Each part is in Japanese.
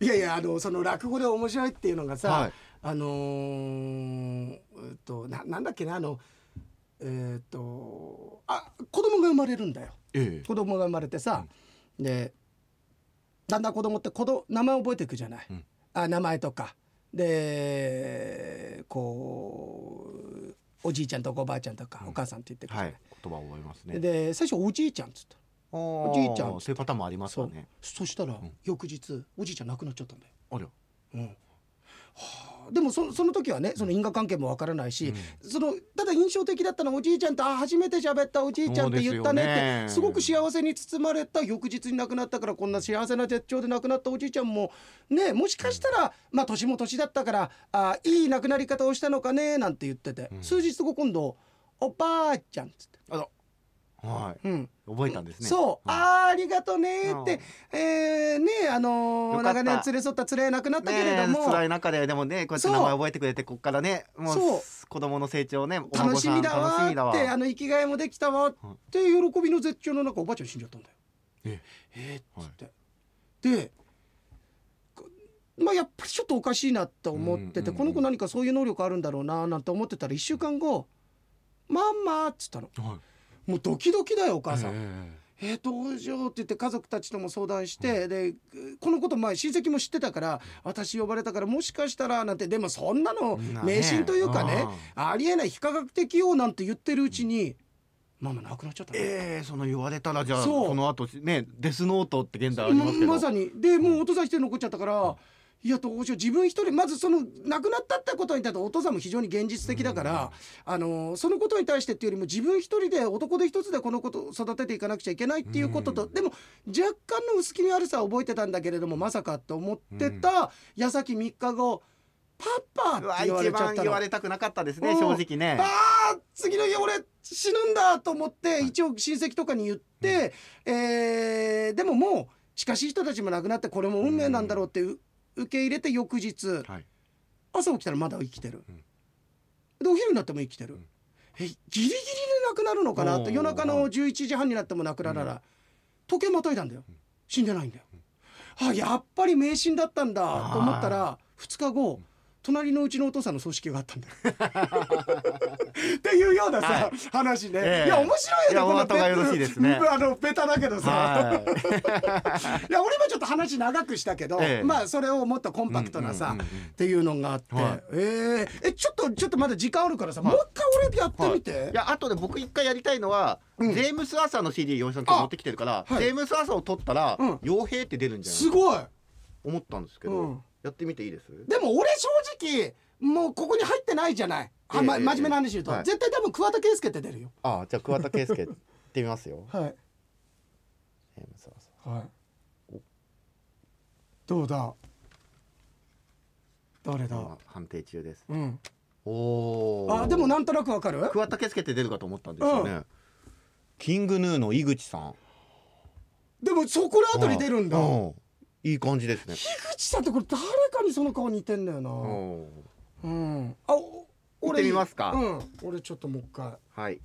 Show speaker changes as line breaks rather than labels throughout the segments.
いやいやあのその落語で面白いっていうのがさ、
はい
あのーえっとななんだっけなあのえっとあ子供が生まれるんだよ
え
子供が生まれてさ、でだんだん子供って子供名前覚えていくじゃない、
うん
あ名前とかでこうおじいちゃんとかおばあちゃんとか、
うん
お母さんって言ってくじゃ
は
ない
い、言葉を覚えますね
で最初おじいちゃんっつった
お
じいちゃん
そういうパターンもあります
そ
よ
う
ね
そしたら、
ん
翌日おじいちゃん亡くなっちゃったんだよ
あら
うんはあでもそその時はねその因果関係もわからないし、そのただ印象的だったのはおじいちゃんとあ初めて喋ったおじいちゃんって言ったねって
そ
す
うですよね
ごく幸せに包まれた翌日に亡くなったからこんな幸せな絶頂で亡くなったおじいちゃんもねもしかしたら、まあ年も年だったからあいい亡くなり方をしたのかねなんて言ってて、
うん
数日後今度「おばあちゃん」っつって。
はい
うん
覚えたんですね
そう、
はい
あーありがとうねーって、えー、ねあのー
よかっ
長
た
年連れ添った連れ亡くなったけれど
ねえ
も、
辛い中ででもねこうやって名前覚えてくれてこっからねも
そう
う子供の成長ねお孫
楽し
さん
みだわ
楽しみだ
ーっ
わ
てあの生きがいもできたわーって喜びの絶頂の中おばあちゃん死んじゃったんだよ。
え
えーっ
はい
つって、でこまあやっぱりちょっとおかしいなと思ってて、
うんうんうん
この子何かそういう能力あるんだろうなーなんて思ってたら1週間後「ママ」っつったの
はい
もうドキドキだよお母さん。
え
えー、どうしようって言って家族たちとも相談して、でこのこと前親戚も知ってたから私呼ばれたからもしかしたらなんてでもそんなの
んなね
迷信というかね
うん
ありえない非科学的よなんて言ってるうちにママ亡くなっちゃったの、
ええその言われたらじゃあ
そう
その後ねデスノートって現代ありますけど
ままさにでもうお父さん一人残っちゃったから、いやどうしよう自分一人まずその亡くなったってことに対してお父さんも非常に現実的だから、あのそのことに対してっていうよりも自分一人で男で一つでこのことを育てていかなくちゃいけないっていうことと、でも若干の薄気味悪さは覚えてたんだけれどもまさかと思ってた矢先3日後「パ
う
パ!」っ
わ
て言わ
一
れちゃっ
番
た
言
の
わ。れたくなかったですね
うん
正直ね
あー次の日俺死ぬんだと思って一応親戚とかに言って、えーでももう近しい人たちも亡くなってこれも運命なんだろうってう受け入れて翌日
はい
朝起きたらまだ生きてる、
うん
でお昼になっても生きてる、
ん
えギリギリで亡くなるのかなと
おー
夜中の11時半になっても亡くならない、時計またいだんだよ死んでないんだよ、あやっぱり迷信だったんだと思ったら2日後隣のうちのお父さんの葬式があったんだよ。 っていうようなさ、
は
話ね、
ええ
いや面白い
い
よ
や
ね
お後がよろしいですね
あのベタだけどさ、
はい
いや俺もちょっと話長くしたけど、
ええ
まあそれをもっとコンパクトなさ、
うんうんうんうん
っていうのがあって、
はい
えーえちょっとちょっとまだ時間あるからさ、もう一回俺やってみて、
いやあとで僕一回やりたいのは、
うん
ジェームス・アーサーの CD 洋平さん今日持ってきてるから、
あはい
ジェームス・アーサーを取ったら
うん
洋、平って出るんじゃない
すごい
思ったんですけど、
うん
やってみていいです
でも俺正直もうここに入ってないじゃない、あま
ええ
真面目な話言うと、
はい
絶対多分桑田佳祐って出るよ
ああじゃあ桑田佳祐行ってみますよ
はい
ジェームス・アーサー
はいどうだ誰だ
今判定中です
うん
おー
あでもなんとなくわかる
桑田佳祐って出るかと思ったんですよね、キングヌーの井口さん
でもそこら辺り出るんだ
う
樋
んいい感じですね
口さんってこれ誰かにその顔似てんだよな
おー
うんあお俺
行ってみますか
うん俺ちょっともう一回
はい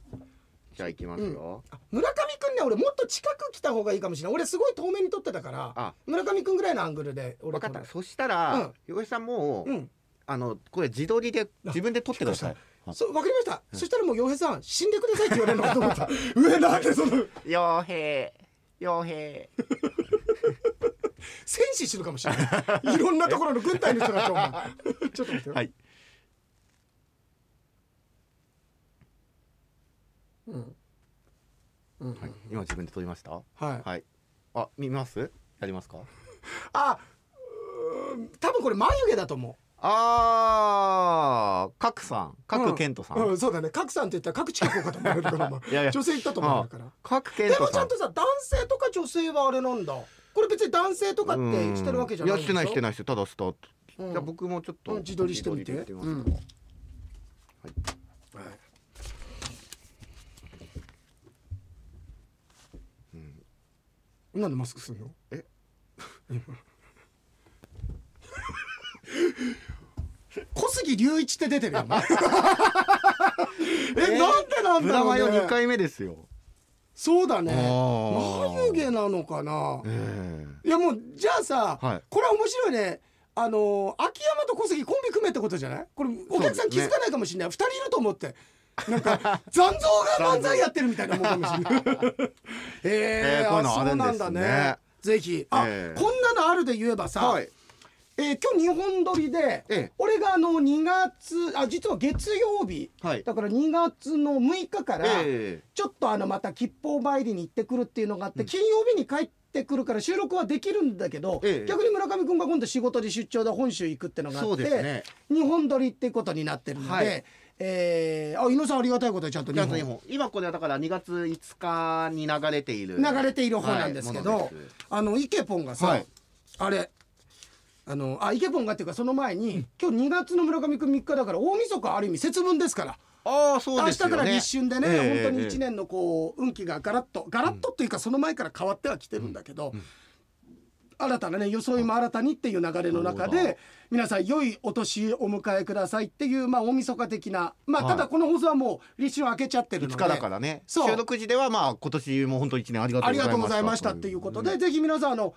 じゃあ行きますよ、
村上くんね俺もっと近く来た方がいいかもしれない俺すごい遠目に撮ってたから
あ
村上くんぐらいのアングルで俺撮
分かっ
る
たそしたら、洋平さんもう、
うん
あのこれ自撮りで自分で撮ってください
そうわかりましたそしたらもう洋平さん死んでくださいって言われるのかと思った 上なんでその
傭兵傭兵
戦死してるかもしれ ないいろんなところの軍隊の人がちょお前 ちょっと待ってよ、
はい
うんうん
はい今自分で撮りました
はい、
はいあ見ますやりますか
あうーん多分これ眉毛だと思う
あー角さん角健人さん、
うん、うんそうだね角さんって言ったら角近子かと思われるからお前
いやいや
女性行ったと思われるから
角健
で
人
もち
さ
ゃ
ん
んとさ男性とか女性はあれなんだこれ別に男性とかってしてるわけじゃない
うんやしてないして
ない、
ないしてただスタート、
うん
じゃあ僕もちょっと
うん自撮りしてみて
自撮りで行ってみますはい
はいなんでマスクするの
え
今小杉隆一って出てる よお前え、なんでなんだ
ブラ
ろ
マヨ
う、ね
二、回目ですよ
そうだね
あー
眉毛なのかな
え
いやもうじゃあさ、
はい
これは面白いねあのー秋山と小関コンビ組めってことじゃないこれお客さん気づかないかもしれない、二人いると思ってなんか 残像が漫才やってるみたいなもんかもしれないえ
え
ー、
ーこういうの
あ
あ
そ
る
うんな
ですね
んだねぜひあ、
えー
こんなのあるで言えばさ、
はい
えー今日2本撮りで、
ええ
俺があの2月あ実は月曜日
はい
だから2月の6日から、
え
ちょっとあのまた吉報参りに行ってくるっていうのがあって、金曜日に帰ってくるから収録はできるんだけど、
ええ
逆に村上君が今度仕事で出張で本州行くってのがあ
そ
っ
う
て、
ですね
日本撮りってことになってるので、
はい
えーあ井野さんありがたいことでちゃんと
え
日
ちゃんと
本
日本今これはだから2月5日に流れている
流れている方なんですけど、
はいものです
あのイケポンがさ、
はい
あれあのあイケポンがっていうかその前に、今日2月の村上君3日だから大晦日ある意味節分ですから。
ああそう
明
で
日
すよ
か
ね
ら立春でね、
え
本
え
当に1
え
年のこう運気がガラッとガラッとっていうかその前から変わってはきてるんだけど、新たなね装いも新たにっていう流れの中
なるほ
で皆さん良いお年をお迎えくださいっていうまあ大晦日的なまあ
はい
ただこの放送はもう立春明けちゃって
え
る
5
の
日だ
で。
からね
そう
収録時ではまあ今年も本当一年ありがと
あ
うご
り
ざい
がとう
ました
ございましたっていうことで、ぜひ皆さんあの、えー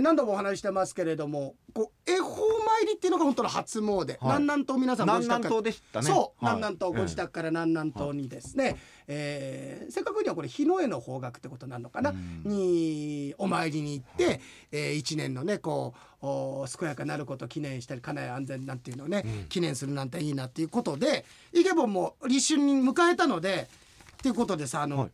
何度もお話ししてますけれどもこう恵方参りっていうのが本当の初詣、南南東皆さんご
南
自宅
南
から
東でしたね
そう、
はい
南南東ご自宅から南南東にですね、えーせっかくにはこれ日の絵の方角ってことになるのかな、にお参りに行って、えー、一年のねこうお健やかなることを記念したり家内安全なんていうのをね、記念するなんていいなっていうことでイケボンも立春に迎えたのでっていうことでさあの、
はい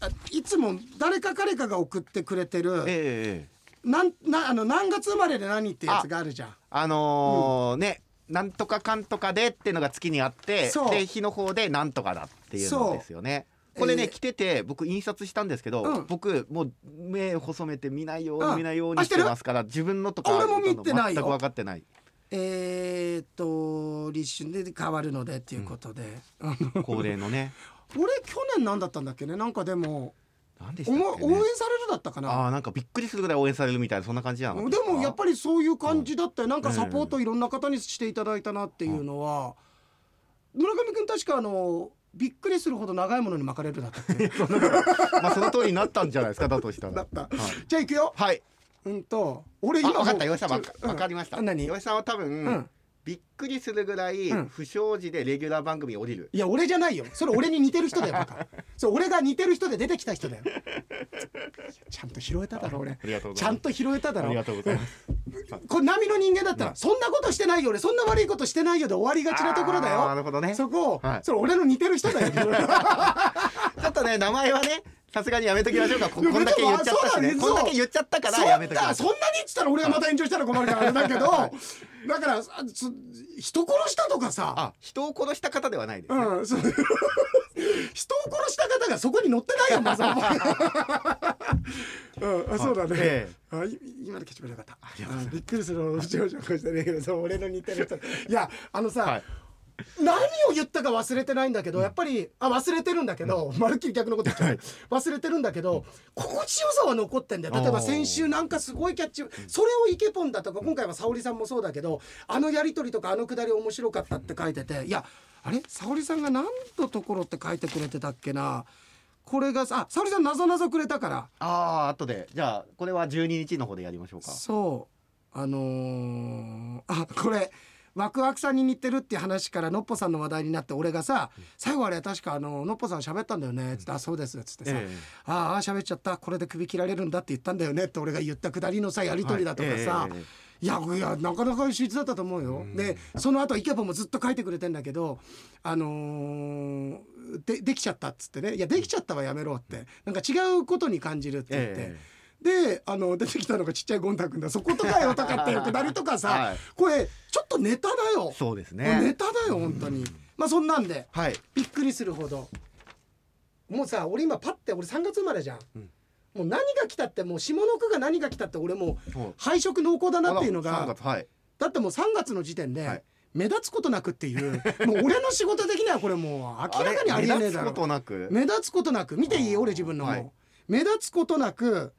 あいつも誰か彼かが送ってくれて
ええ
る
ええ
なんなあの何月生まれで何ってやつがあるじゃん。
あのーねなんとかかんとかでっていうのが月にあって
そう
で日の方でなんとかだっていう
そ
の
う
ですよねこれね、
えー
来てて僕印刷したんですけど、
うん
僕もう目細めて見ないように、
うん
見ないよう
あ
に
し
してて
る
ますから自分のとか
俺も見てないよ
全く分かってない
えー、っと立春で変わるのでっていうことで、あの
恒例のね
俺去年何だったんだっけねなんかでも
何でし
お
たっ
も
け、
応援
ね、
されるだったか
あ
な
あなんかびっくりするぐらい応援されるみたいなそんな感じじゃ
で
なかったですか
もやっぱりそういう感じだったよなんかサポートいろんな方にしていただいたなっていうのは、村上君確かあのびっくりするほど長いものに巻かれるだったっ け
まあその通りになったんじゃないですかだとしたら
だった
はい
じゃあ行くよ
はい
うんと俺
あ
今も
分
う
かった吉さんわ
ち
か
ょっとうん
わかりました
何
吉さんは多分、
うん
びっくりするぐらい
うん
不祥事でレギュラー番組降りる、
いや俺じゃないよそれ俺に似てる人だよバ カそれ俺が似てる人で出てきた人だよちゃんと拾えただろ俺
ありがとうご
ち
ざい
ゃん
ます
と拾えただ
あ
ろ
りがとうございます
これ波の人間だったら、そんなことしてないよ俺そんな悪いことしてないよで終わりがちなところだ
あーな
よ
るほどねちょ
そこを、
はい
それ俺の似てる人だ よ
っとね名前はねさすがにやめときましょ うかこ
いや
こんだけ言っちゃったしね
別にそう
こんだけ言っちゃったか
そ
らやめ
ん
ときま
な
し
そ
ょ
ん
う
なに言ってたら俺がまた炎上したら困るからあれだけど、だからあそ人殺したとかさ、
あ人を殺した方ではないです、ね
うん、そう人を殺した方がそこに乗ってないよまず、 うん、あそうだね、
ええ
あい今のキャッチボールよかったあびっくりするほど不調症してねけどそう俺の似てる人いやあのさ、
はい
何を言ったか忘れてないんだけど、やっぱりあ忘れてるんだけど、まるっきり逆のこと言っちゃう忘れてるんだけど、心地よさは残ってんだよ例えば
あー
先週なんかすごいキャッチそれをイケポンだとか今回は沙織さんもそうだけどあのやり取りとかあのくだり面白かったって書いてていやあれ沙織さんが何のところって書いてくれてたっけなこれがさあ沙織さんなぞなぞくれたから
ああ後でじゃあこれは12日の方でやりましょうか
そうあのーあこれワクワクさんに似てるっていう話からのっぽさんの話題になって俺がさ最後あれ確かあののっぽさん喋ったんだよねつって「あそうです」つってさ「
ええ
ああ喋っちゃったこれで首切られるんだ」って言ったんだよねって俺が言ったくだりのさやり取りだとかさ、
はいええ
いやいやなかなか秀逸だったと思うよ、でその後イケポンもずっと書いてくれてんだけどあのーでできちゃったっつってね「いやできちゃったはやめろ」ってなんか違うことに感じるって言って。
え
であの出てきたのがちっちゃいゴン太君だそことかよとかっていうくだりとかさ、
はい
これちょっとネタだよ、
そうです
これネ
ね
タだよ本当に、まあそんなんで
はい
びっくりするほどもうさ俺今パッて俺3月生まれじゃん、もう何が来たってもう下の句が何が来たって俺もう
そう
配色濃厚だなっていうの
あら三
が
月はい
だってもう3月の時点で、
はい
目立つことなくっていうもう俺の仕事的にはこれもう明らかにありえねえだ
あれ目立つこ
ろ
となく
目立つことなく見ていい
あー
俺自分のも、
はい
目立つことなく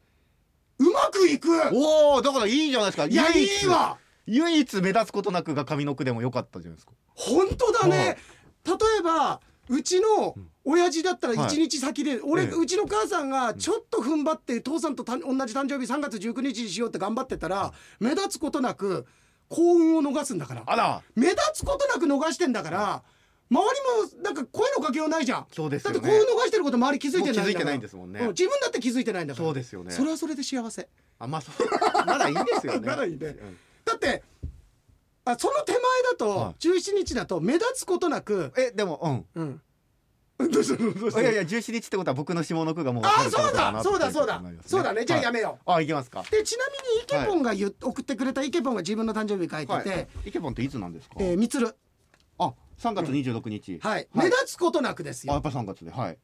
うまくいく
おおだからいいじゃないですか
いや
唯
い
一
いわ
唯一目立つことなくが上の句でも良かったじゃないですか
本当だね例えばうちの親父だったら
はい
1日先で、俺、
ええ
うちの母さんがちょっと踏ん張って父さんとた同じ誕生日3月19日にしようって頑張ってたら目立つことなく幸運を逃すんだから
あら
目立つことなく逃してんだから周りもなんか声のかけようないじゃん
そうです
だ
よ
って
ね
幸運逃してること周り気づいてないんだから
もう気づいてないんですもんね
う自分だって気づいてないんだから
そうですよね
それはそれで幸せ
あまあそう まだいいですよね
まだいいね
うん
だってあその手前だと、
はい
17日だと目立つことなく
えでもうん
うんどうしたのどうした
い
の
やいや17日ってことは僕の下の句がもう
あ
分
あ
かるっ
そう
てこと
だ
な
そうだそうだ
っていことになります
そうだねじゃあや
はい
めよ
あいけますか
う、でちなみにイケポンが言う送ってくれたイケポンが自分の誕生日書いてて、
い、イケポンっていつなんですか、
えーみつる
あ3月26日、
はい目立つことなくです
あや
よ
っぱ3月ではい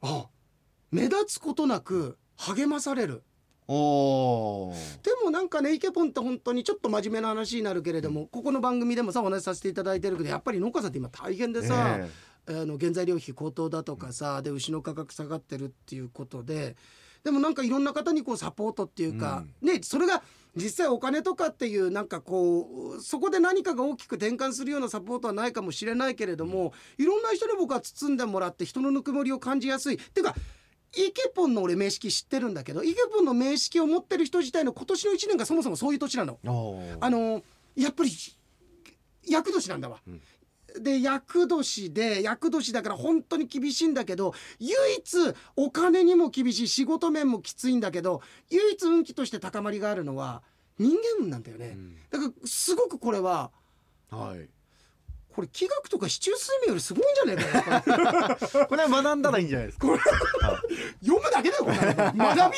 あ目立つことなく励まされる
おー
でもなんかねイケポンって本当にちょっと真面目な話になるけれども、ここの番組でもさお話しさせていただいてるけどやっぱり農家さんって今大変でさ、
え
あの原材料費高騰だとかさで牛の価格下がってるっていうことででもなんかいろんな方にこうサポートっていうか、ね、それが実際お金とかっていうなんかこうそこで何かが大きく転換するようなサポートはないかもしれないけれどもいろんな人に僕は包んでもらって人のぬくもりを感じやすいっていうかイケポンの俺名式知ってるんだけどイケポンの名式を持ってる人自体の今年の1年がそもそもそういう年なの。
えおー
あのやっぱり厄年なんだわ。
うん
で厄年で厄年だから本当に厳しいんだけど唯一お金にも厳しい仕事面もきついんだけど唯一運気として高まりがあるのは人間運なんだよ
う
ね。
ん
だからすごくこれは
はい
これ気学とか市中睡眠よりすごいんじゃないかな
これは学んだらいいんじゃないですか
これ読むだけだよこれ学びようがな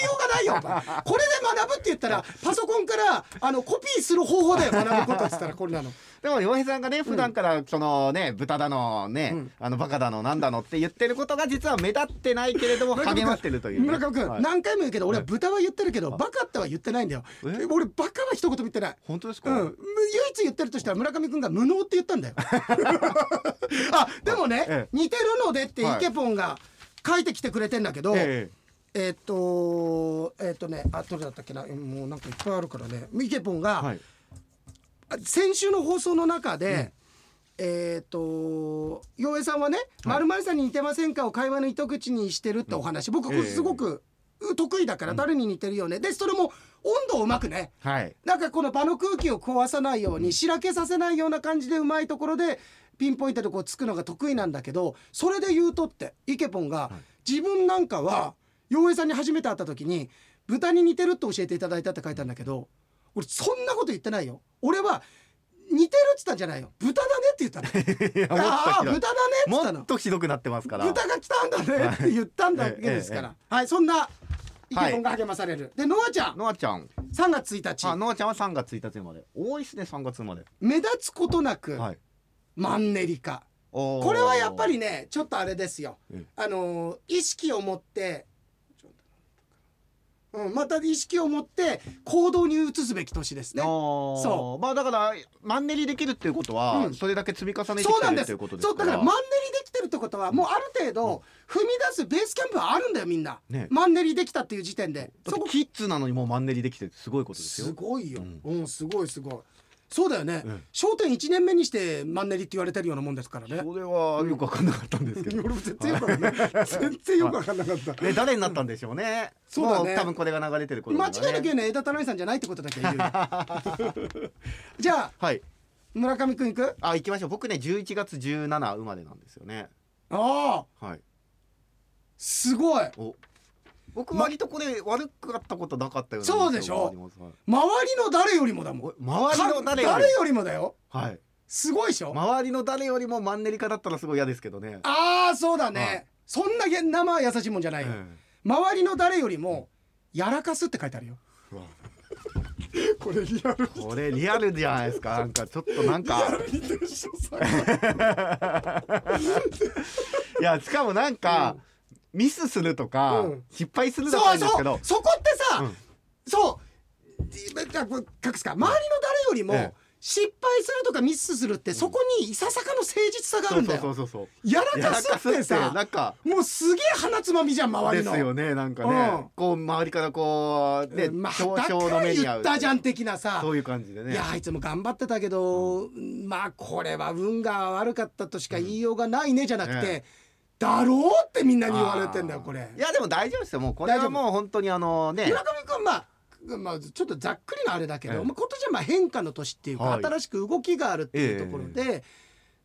いよお前これで学ぶって言ったらパソコンからあのコピーする方法だよ学ぶことっつったらこれなの。
でも洋平さんがね普段からそのね豚だのね、
うん
あのバカだのなんだのって言ってることが実は目立ってないけれども
村上君
励まってるという、ね、
村上君、
はい
何回も言うけど俺は
はい
豚は言ってるけど、バカっては言ってないんだよ
え
俺バカは一言も言ってない
本当です
う
か、
ん、む唯一言ってるとしたら村上君が無能って言ったんだ よあでもね、
ええ
似てるのでってイ
はい
ケポンが書いてきてくれてんだけど、
え
えっとえっとねあどれだったっけなもうなんかいっぱいあるからねイケポン
え
が、
はい
先週の放送の中で、えっ、と洋平さんはね「まるまるさんに似てませんか?」を会話の糸口にしてるってお話、僕これ
ええ
すごく得意だから誰に似てるよね、でそれも温度をうまくね
はい
なんかこの場の空気を壊さないようにしらけさせないような感じでうまいところでピンポイントでこうつくのが得意なんだけどそれで言うとってイケポンが自分なんかは洋平さんに初めて会った時に「豚に似てる」って教えていただいたって書いたんだけど俺そんなこと言ってないよ。俺は似てるって言ったんじゃないよ豚だねって言ったの
いやもっと
ああ
ひどい
豚だねって言った
もっ
の
とひどくなってますから
豚が来たんだねって言ったんだけですから、はいそんなイケポンが励まされる、でノアちゃん
ノアちゃん
3月1日
あノアちゃんは3月1日生まで多いっすね3月生まで
目立つことなく、
はい
マンネリ化
おー
これはやっぱりねちょっとあれですよ、
うん
あのー意識を持って、うん、また意識を持って行動に移すべき年ですねそ
そうまあだからマンネリできるっていうことは、
うん
それだけ積み重ねて
そう
き
な
て
ん
る
で
って
す
いうことです
そうだからマンネリできてるってことはもうある程度踏み出すベースキャンプはあるんだよみんな、
ね
マンネリできたっていう時点で
だって
そこ
キッズなのにもうマンネリできてるってすごいことです
す
よ
ごいよ、
うん
うん、すごいすごいそうだよね、
うん
商店1年目にしてマンネリって言われてるようなもんですからね
それはよくわかんなかったんですけど、
俺も 全然よくわかんない全然よくわかんなかった
ね、誰になったんでしょうね。
そうだね
も多分これが流れてる頃
間
だ
違
ね
いなく言うね枝田成さんじゃないってことだけは言 うよじゃあ
はい。
村上くんいく
あ、行きましょう。僕ね、11月17生まれなんですよね。
ああ
はい。
すごい
お。僕割とこれ悪かったことなかったような
そうでしょ
印象がありますはい
周りの誰よりもだもん
お周りの誰より
か誰よりもだよ
はい。
すごいでしょ、
周りの誰よりもマンネリ化だったらすごい嫌ですけどね。
ああそうだね、
はい
そんなげ生は優しいもんじゃないよ、
え
周りの誰よりもやらかすって書いてあるよ
えうわ
これリアル
これリアルじゃないですか。なんかちょっとな んか
にテンション下
いやしかもなんか、ミスするとか、
うん
失敗するとかあ
そうん
るです
そ
けど
う、そこってさ、
うん
そう隠すか周りの誰よりも、
ええ
失敗するとかミスするってそこにいささかの誠実さがあ
そ
る
うん
だ
そうそ
よ
うそうそう
やらかす
や
ってさ
なんか
もうすげえ鼻つまみじゃん周
で
りの
すよねなんか
うん
ねこう周りからこうね
うんまあ、
表
だ
彰
か
の
ら
目に
言
合う
ったじゃん的なさ
そういう感じで
い
ね
やあいつも頑張ってたけど、まあこれは運が悪かったとしか言いようがないねじゃなくて、
うんえ
だろうってみんなに言われてんだよこれ
いやでも大丈夫ですよもうこれはもう本当にあのね
村上君まあまあ、ちょっとざっくりなあれだけど、
ええ
まあ、今年はまあ変化の年っていうか、
はい
新しく動きがあるっていうところで、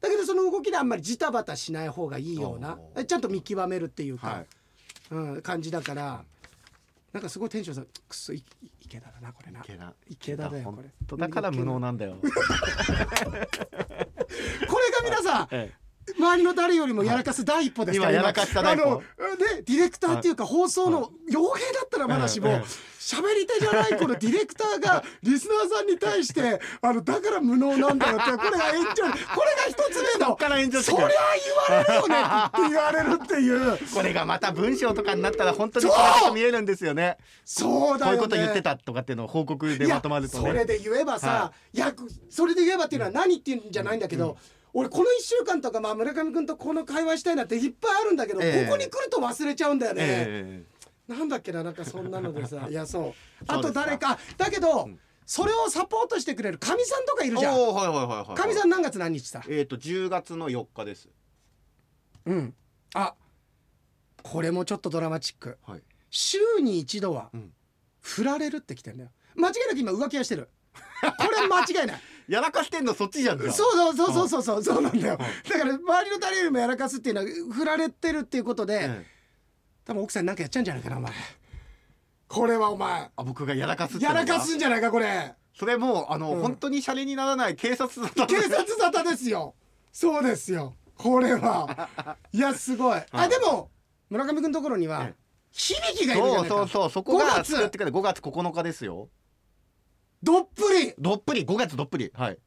だけどその動きであんまりジタバタしない方がいいような
おー
ちゃんと見極めるっていうか、
はい
うん、感じだからなんかすごいテンションさくそいい池田だなこれな
池田
池田だよこれ
本当だから無能な んだよ
これが皆さん
え
周りの誰よりもやらかす第一歩ですから、
はい今やらかした第一歩
あのでディレクターっていうか放送の傭兵だったらまだしも
ええ
喋り手じゃないこのディレクターがリスナーさんに対してあのだから無能なんだよってこれが炎上これが一つ目の
っから炎上して
そ
く
りゃ
る
言われるよねって言われるっていう
えこれがまた文章とかになったら本当に
そう
この人見えるんですよね
そうだ
こ
よ
う
ね
いうこと言ってたとかっていうのを報告で
いや
まとまると
それ
ね
で言えばさ、、
はい
やそれで言えばっていうのは何っていうんじゃないんだけど、俺この1週間とか、まあ、村上君とこの会話したいなっていっぱいあるんだけど、
ええ
ここに来ると忘れちゃうんだよね、
え
なんだっけななんかそんなのでさいやそう
そ
あ
うで
と
すか
誰かだけど、それをサポートしてくれるかみさんとかい
え
るじゃん
おーはいはいはいはい
かみさん何月何日さ
えっと10月の4日です
うんあこれもちょっとドラマチック
はい
週に一度は
うん
振られるってきてんだよ間違いなく今浮気はしてるこれ間違いない
やらかしてんのそっちじゃんか
そうそうそうそうそうそうそうなんだよだから周りの誰よりもやらかすっていうのは振られてるっていうことで、
ええ
多分奥さんなんかやっちゃうんじゃないかなお前これはお前
あ僕がやらかすっての
や
が
らかすんじゃないかこれ
それもうあの、
うん
本当にシャレにならない警察だった
警察沙汰ですよそうですよこれはいやすごいあでも村上君のところには
ええ
響きがいるじゃな
そう
い
そう
か
そうそこが
5月
作ってくれ5月9日ですよ
どっぷり
どっぷり5月どっぷりはい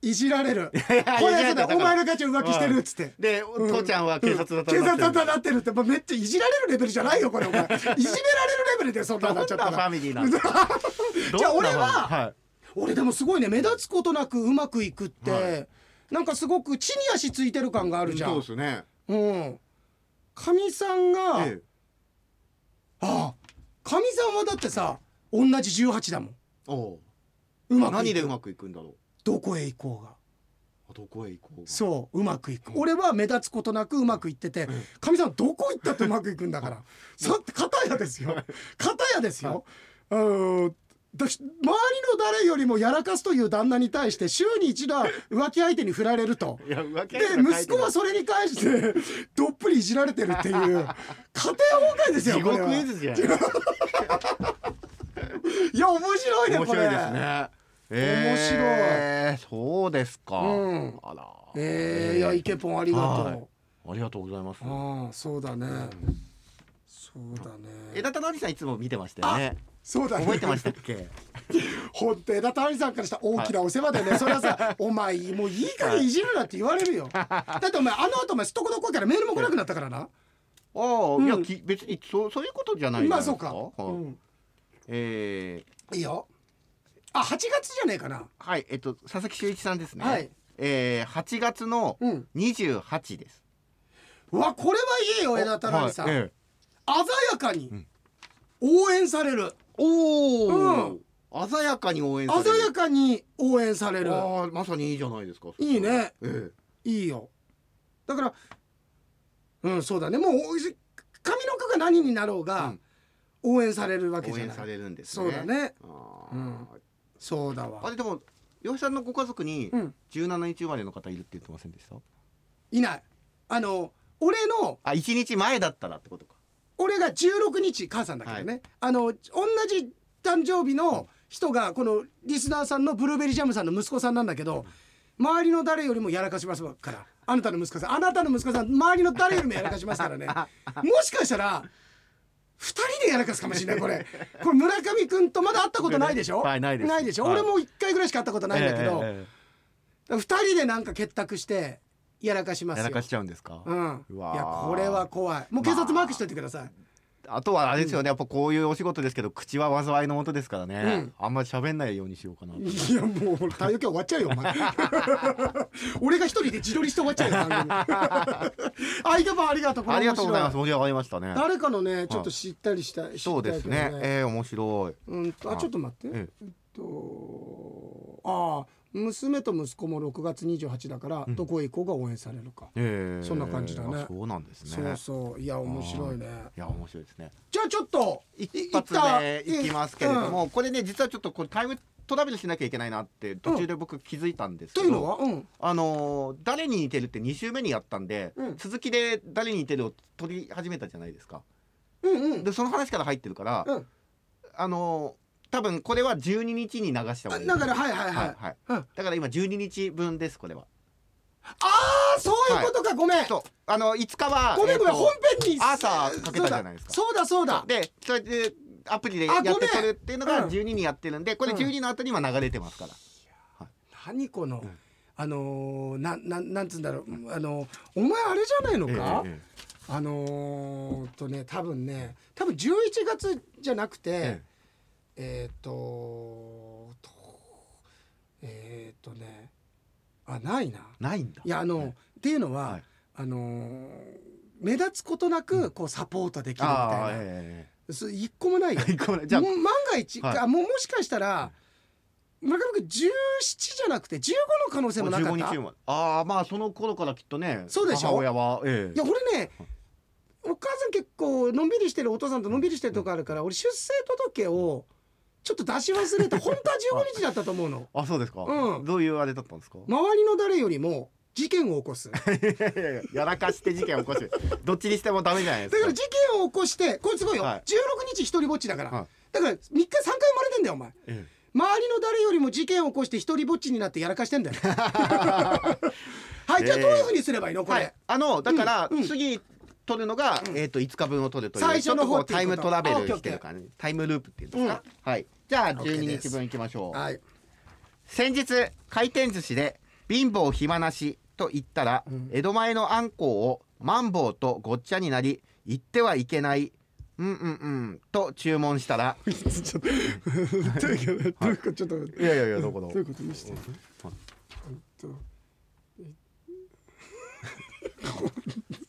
いじられる
いやいや
これ
いや
や
だ
だ
から
お前のガチ浮気してるっつって
で、
ん
父ちゃんは警察だった
警察
だ
沙汰になってるってもうめっちゃいじられるレベルじゃないよこれお前いじめられるレベルでそんな
ど
にな
んな
っち
フ
ゃったら
ァミリーなんだ
じゃあ俺は
どんなファミリーはい
俺でもすごいね目立つことなくうまくいくって、なんかすごく地に足ついてる感があるじゃん
そうですね
うんかみさんが、
ええ
ああかみさんはだってさ同じ18だもん
おう
うまくいく
何でうまくいくんだろ
どこへ行こうが
うどこへ行こう
そううまくいく
うん
俺は目立つことなくうまくいっててかみさんはどこ行ったってうまくいくんだからさって片やですよ片やですよ、うんだ周りの誰よりもやらかすという旦那に対して週に一度は浮気相手に振られると
いや浮気
で
相手が書い
息
てる
子はそれに関してどっぷりいじられてるっていう家庭崩壊ですよ
地
これ
獄
は
絵図じゃん面
いや面白いねこれ
白いですねえー、そうですか、
うん
あら
えー、いやイケポンありがとう、
はいありがとうございます
ああそうだね、そうだね
枝田のりさんいつも見てましたよね
そうだね
覚えてましたっけ
ほんと枝田さんからしたら大きなお世話だよね、 それはさ「お前もういいからいじるな」って言われるよだってお前あの後お前すっとこどこいからメールも来なくなったからな
ああ、いや
うん
き別にそうそういうことじゃないじゃ
ま
な
あ
いで
そ
す
う
か
か、
はい
うん、
えー、
いいよあ8月じゃねえかな
はいえっと佐々木修一さんですね
はい
えー、8月の
うん
28です、
うわこれはいいよ枝田成さん、
はいええ
鮮やかに応援される
おお、鮮やかに応援される
鮮やかに応援される
ああまさにいいじゃないですか
いいね
ええ
いいよだからうんそうだねもうお上の句が何になろうが、応援されるわけ
応
じゃ
援
ない
されるんです
そ
ね
うだね
あー、
うんそうだ
あ
わ
れでも洋平さんのご家族に
うん
17日生まれの方いるって言ってませんでした、
いないあの俺の
あ一日前だったらってことか
俺が16日母さんだけどね、あの同じ誕生日の人がこのリスナーさんのブルーベリージャムさんの息子さんなんだけど周りの誰よりもやらかしますからあなたの息子さんあなたの息子さん周りの誰よりもやらかします からねもしかしたら2人でやらかすかもしれないこれこれ村上君とまだ会ったことないでしょ、
はいないです
しょ、
はい
俺も1回ぐらいしか会ったことないんだけど、
えええ
2人でなんか結託してやらかしま
え
す
や
よ
らかしちゃうんですか、
うん、
うわー
いやこれは怖いもう警察マークしといてください、
あとはあれですよね、やっぱこういうお仕事ですけど口は災いのもとですからね、
うん
あんまり喋んないようにしようかなと
いやもう太陽系終わっちゃうよお 前俺が一人で自撮りして終わっちゃうよ番組あいがばありがとうこれ
ありがとうございま
面
す
白
盛り上がりましたね
誰かのねちょっと知ったりした、知りたい
そうです
け
ね
ど
えー、面白い
うんとあ
あ
ちょっと待って、
え
えっとああ娘と息子も6月28だから、どこへ行こうが応援されるか、
えー、
そんな感じだね
あそうなんですね
そうそういや面白いね
いや面白いですね
じゃあちょっと
一発でいきますけれど、も、これね実はちょっとこれタイムトラベルしなきゃいけないなって途中で僕気づいたんです
行
け
ったうんと
ど、
いうのはうん
あのー誰に似てるって2週目にやったんで、
うん
続きで誰に似てるを取り始めたじゃないですか
うんうん
でその話から入ってるから、
うん
あのー多分これは12日に流した方
あ
がいい
だからはいはいはい、
はいはい
うん
だから今12日分ですこれは
あそういうことか、ごめん
そうあの5日は
ごめんごめん、
えーと
本編に
朝かけたじゃないですか
そうだそうだそうだ
でそれでアプリで
あ
やって
ごめん
それっていうの
うん
が12にやってるんでこれ
うん
12の後には流れてますから、
何この、
ん
あのー、なんなんなんつうんだろう、あのーお前あれじゃないのか、
えええ
あのー、とね多分ね多分11月じゃなくて、
え
えーっととえーっとねあないな
えないんだ
いやあの、
はい
っていうのは、
はい
あのー目立つことなくこうサポートできるみたい
あ
な、
あえ
そ一個もないよ
えええ ごめんじゃあ
もう万が一、
はい
あもうもしかしたら村上君17じゃなくて15の可能性もなか
15
っ
日
た
生まれああまあその頃からきっとね
そうでしょ
母親はえ
い
え
や俺ねお母さん結構のんびりしてるお父さんとのんびりしてるとこあるから俺出生届をちょっと出し忘 れて本当は15日だったと思うの
あそうですか、
うん
どういうあれだったんですか
周りの誰よりも事件を起こすだか
いやいやいややらかして事件起 こしてどっちにしてもダメじゃないですから
事件を起こしてこれすごいよ、
はい
16日一人ぼっちだから、
はい
だから3日3回生まれてんだよお前
え
周りの誰よりも事件を起こして一人ぼっちになってやらかしてんだよはいじゃあ
えー
どういうふうにすればいいの
え
これ、
はいあのだから、
うんうん
次取るのが、えっ、と5日分を取るという
最初の方
ちょっとこうタイムトラベ
あオッ
ル
ケー
してるからねタイムループっていうんですか、はいじゃあ12日分いきましょう
はい。
先日回転寿司で貧乏暇なしと言ったら、
うん
江戸前のあんこうをマンボウとごっちゃになり言ってはいけないうんうんうんと注文し たら
ちょっと、どういうこと、どういうこと、ちょっと待って、
いやいやいやどこだ
どういうこと見して。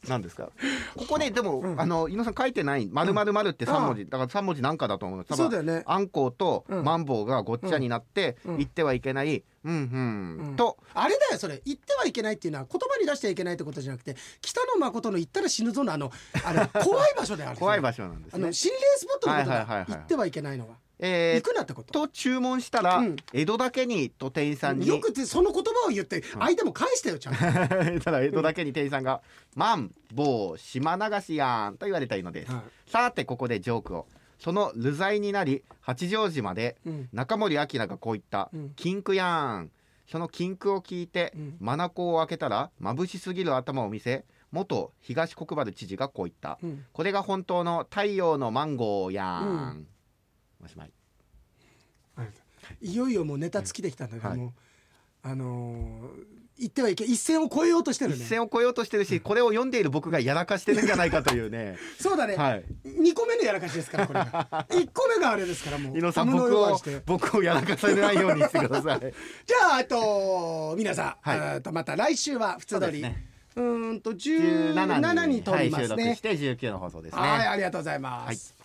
なんですかここねでも、あの伊野さん書いてない「まるまるまるって3文字、だから3文字なんかだと思う多分
そうだよね
あんこうと
うん
マンボウがごっちゃになって、
うん
言ってはいけない「うんうん」と
あれだよそれ言ってはいけないっていうのは言葉に出してはいけないってことじゃなくて北野誠の言ったら死ぬぞのあのあれ怖い場所である
怖い場
所
所なんです
あ
ね
の。心霊スポットのこと
はいはいはい
だ
はい
言ってはいけないのは
えー
行くなってこと
と注文したら、
うん
江戸だけにと店員さんに
よくてその言葉を言って相手も返してよちゃんと
ただ江戸だけに店員さんが「マンボウ島流しやん」と言われたいのです、
は
さてここでジョークをその流罪になり八丈島で
うん
中森明菜がこう言った
うん
「金句やん」その金句を聞いて
うん
眼を開けたら眩しすぎる頭を見せ元東国原知事がこう言った
うん
「これが本当の太陽のマンゴーやん」おしまい
いよいよもうネタ尽きてきたんだけど
はい
もうあのー言ってはいけ一線を越えようとしてる
一
ね
線を越えようとしてるしこれを読んでいる僕がやらかしてるんじゃないかというね
そう だね
はい
二個目のやらかしですからこれ が一個目があれですからもう
伊野さん
タムの
僕
弱
を
して
僕をやらかされないようにしてくださ い
じゃあえっと皆さん、
はい
えーとまた来週は普通
そ
通
うで
り
す
う,、
ね
ーんと17に飛びます
はい、収
ね
録して19の放送ですね
はいありがとうございます、
はい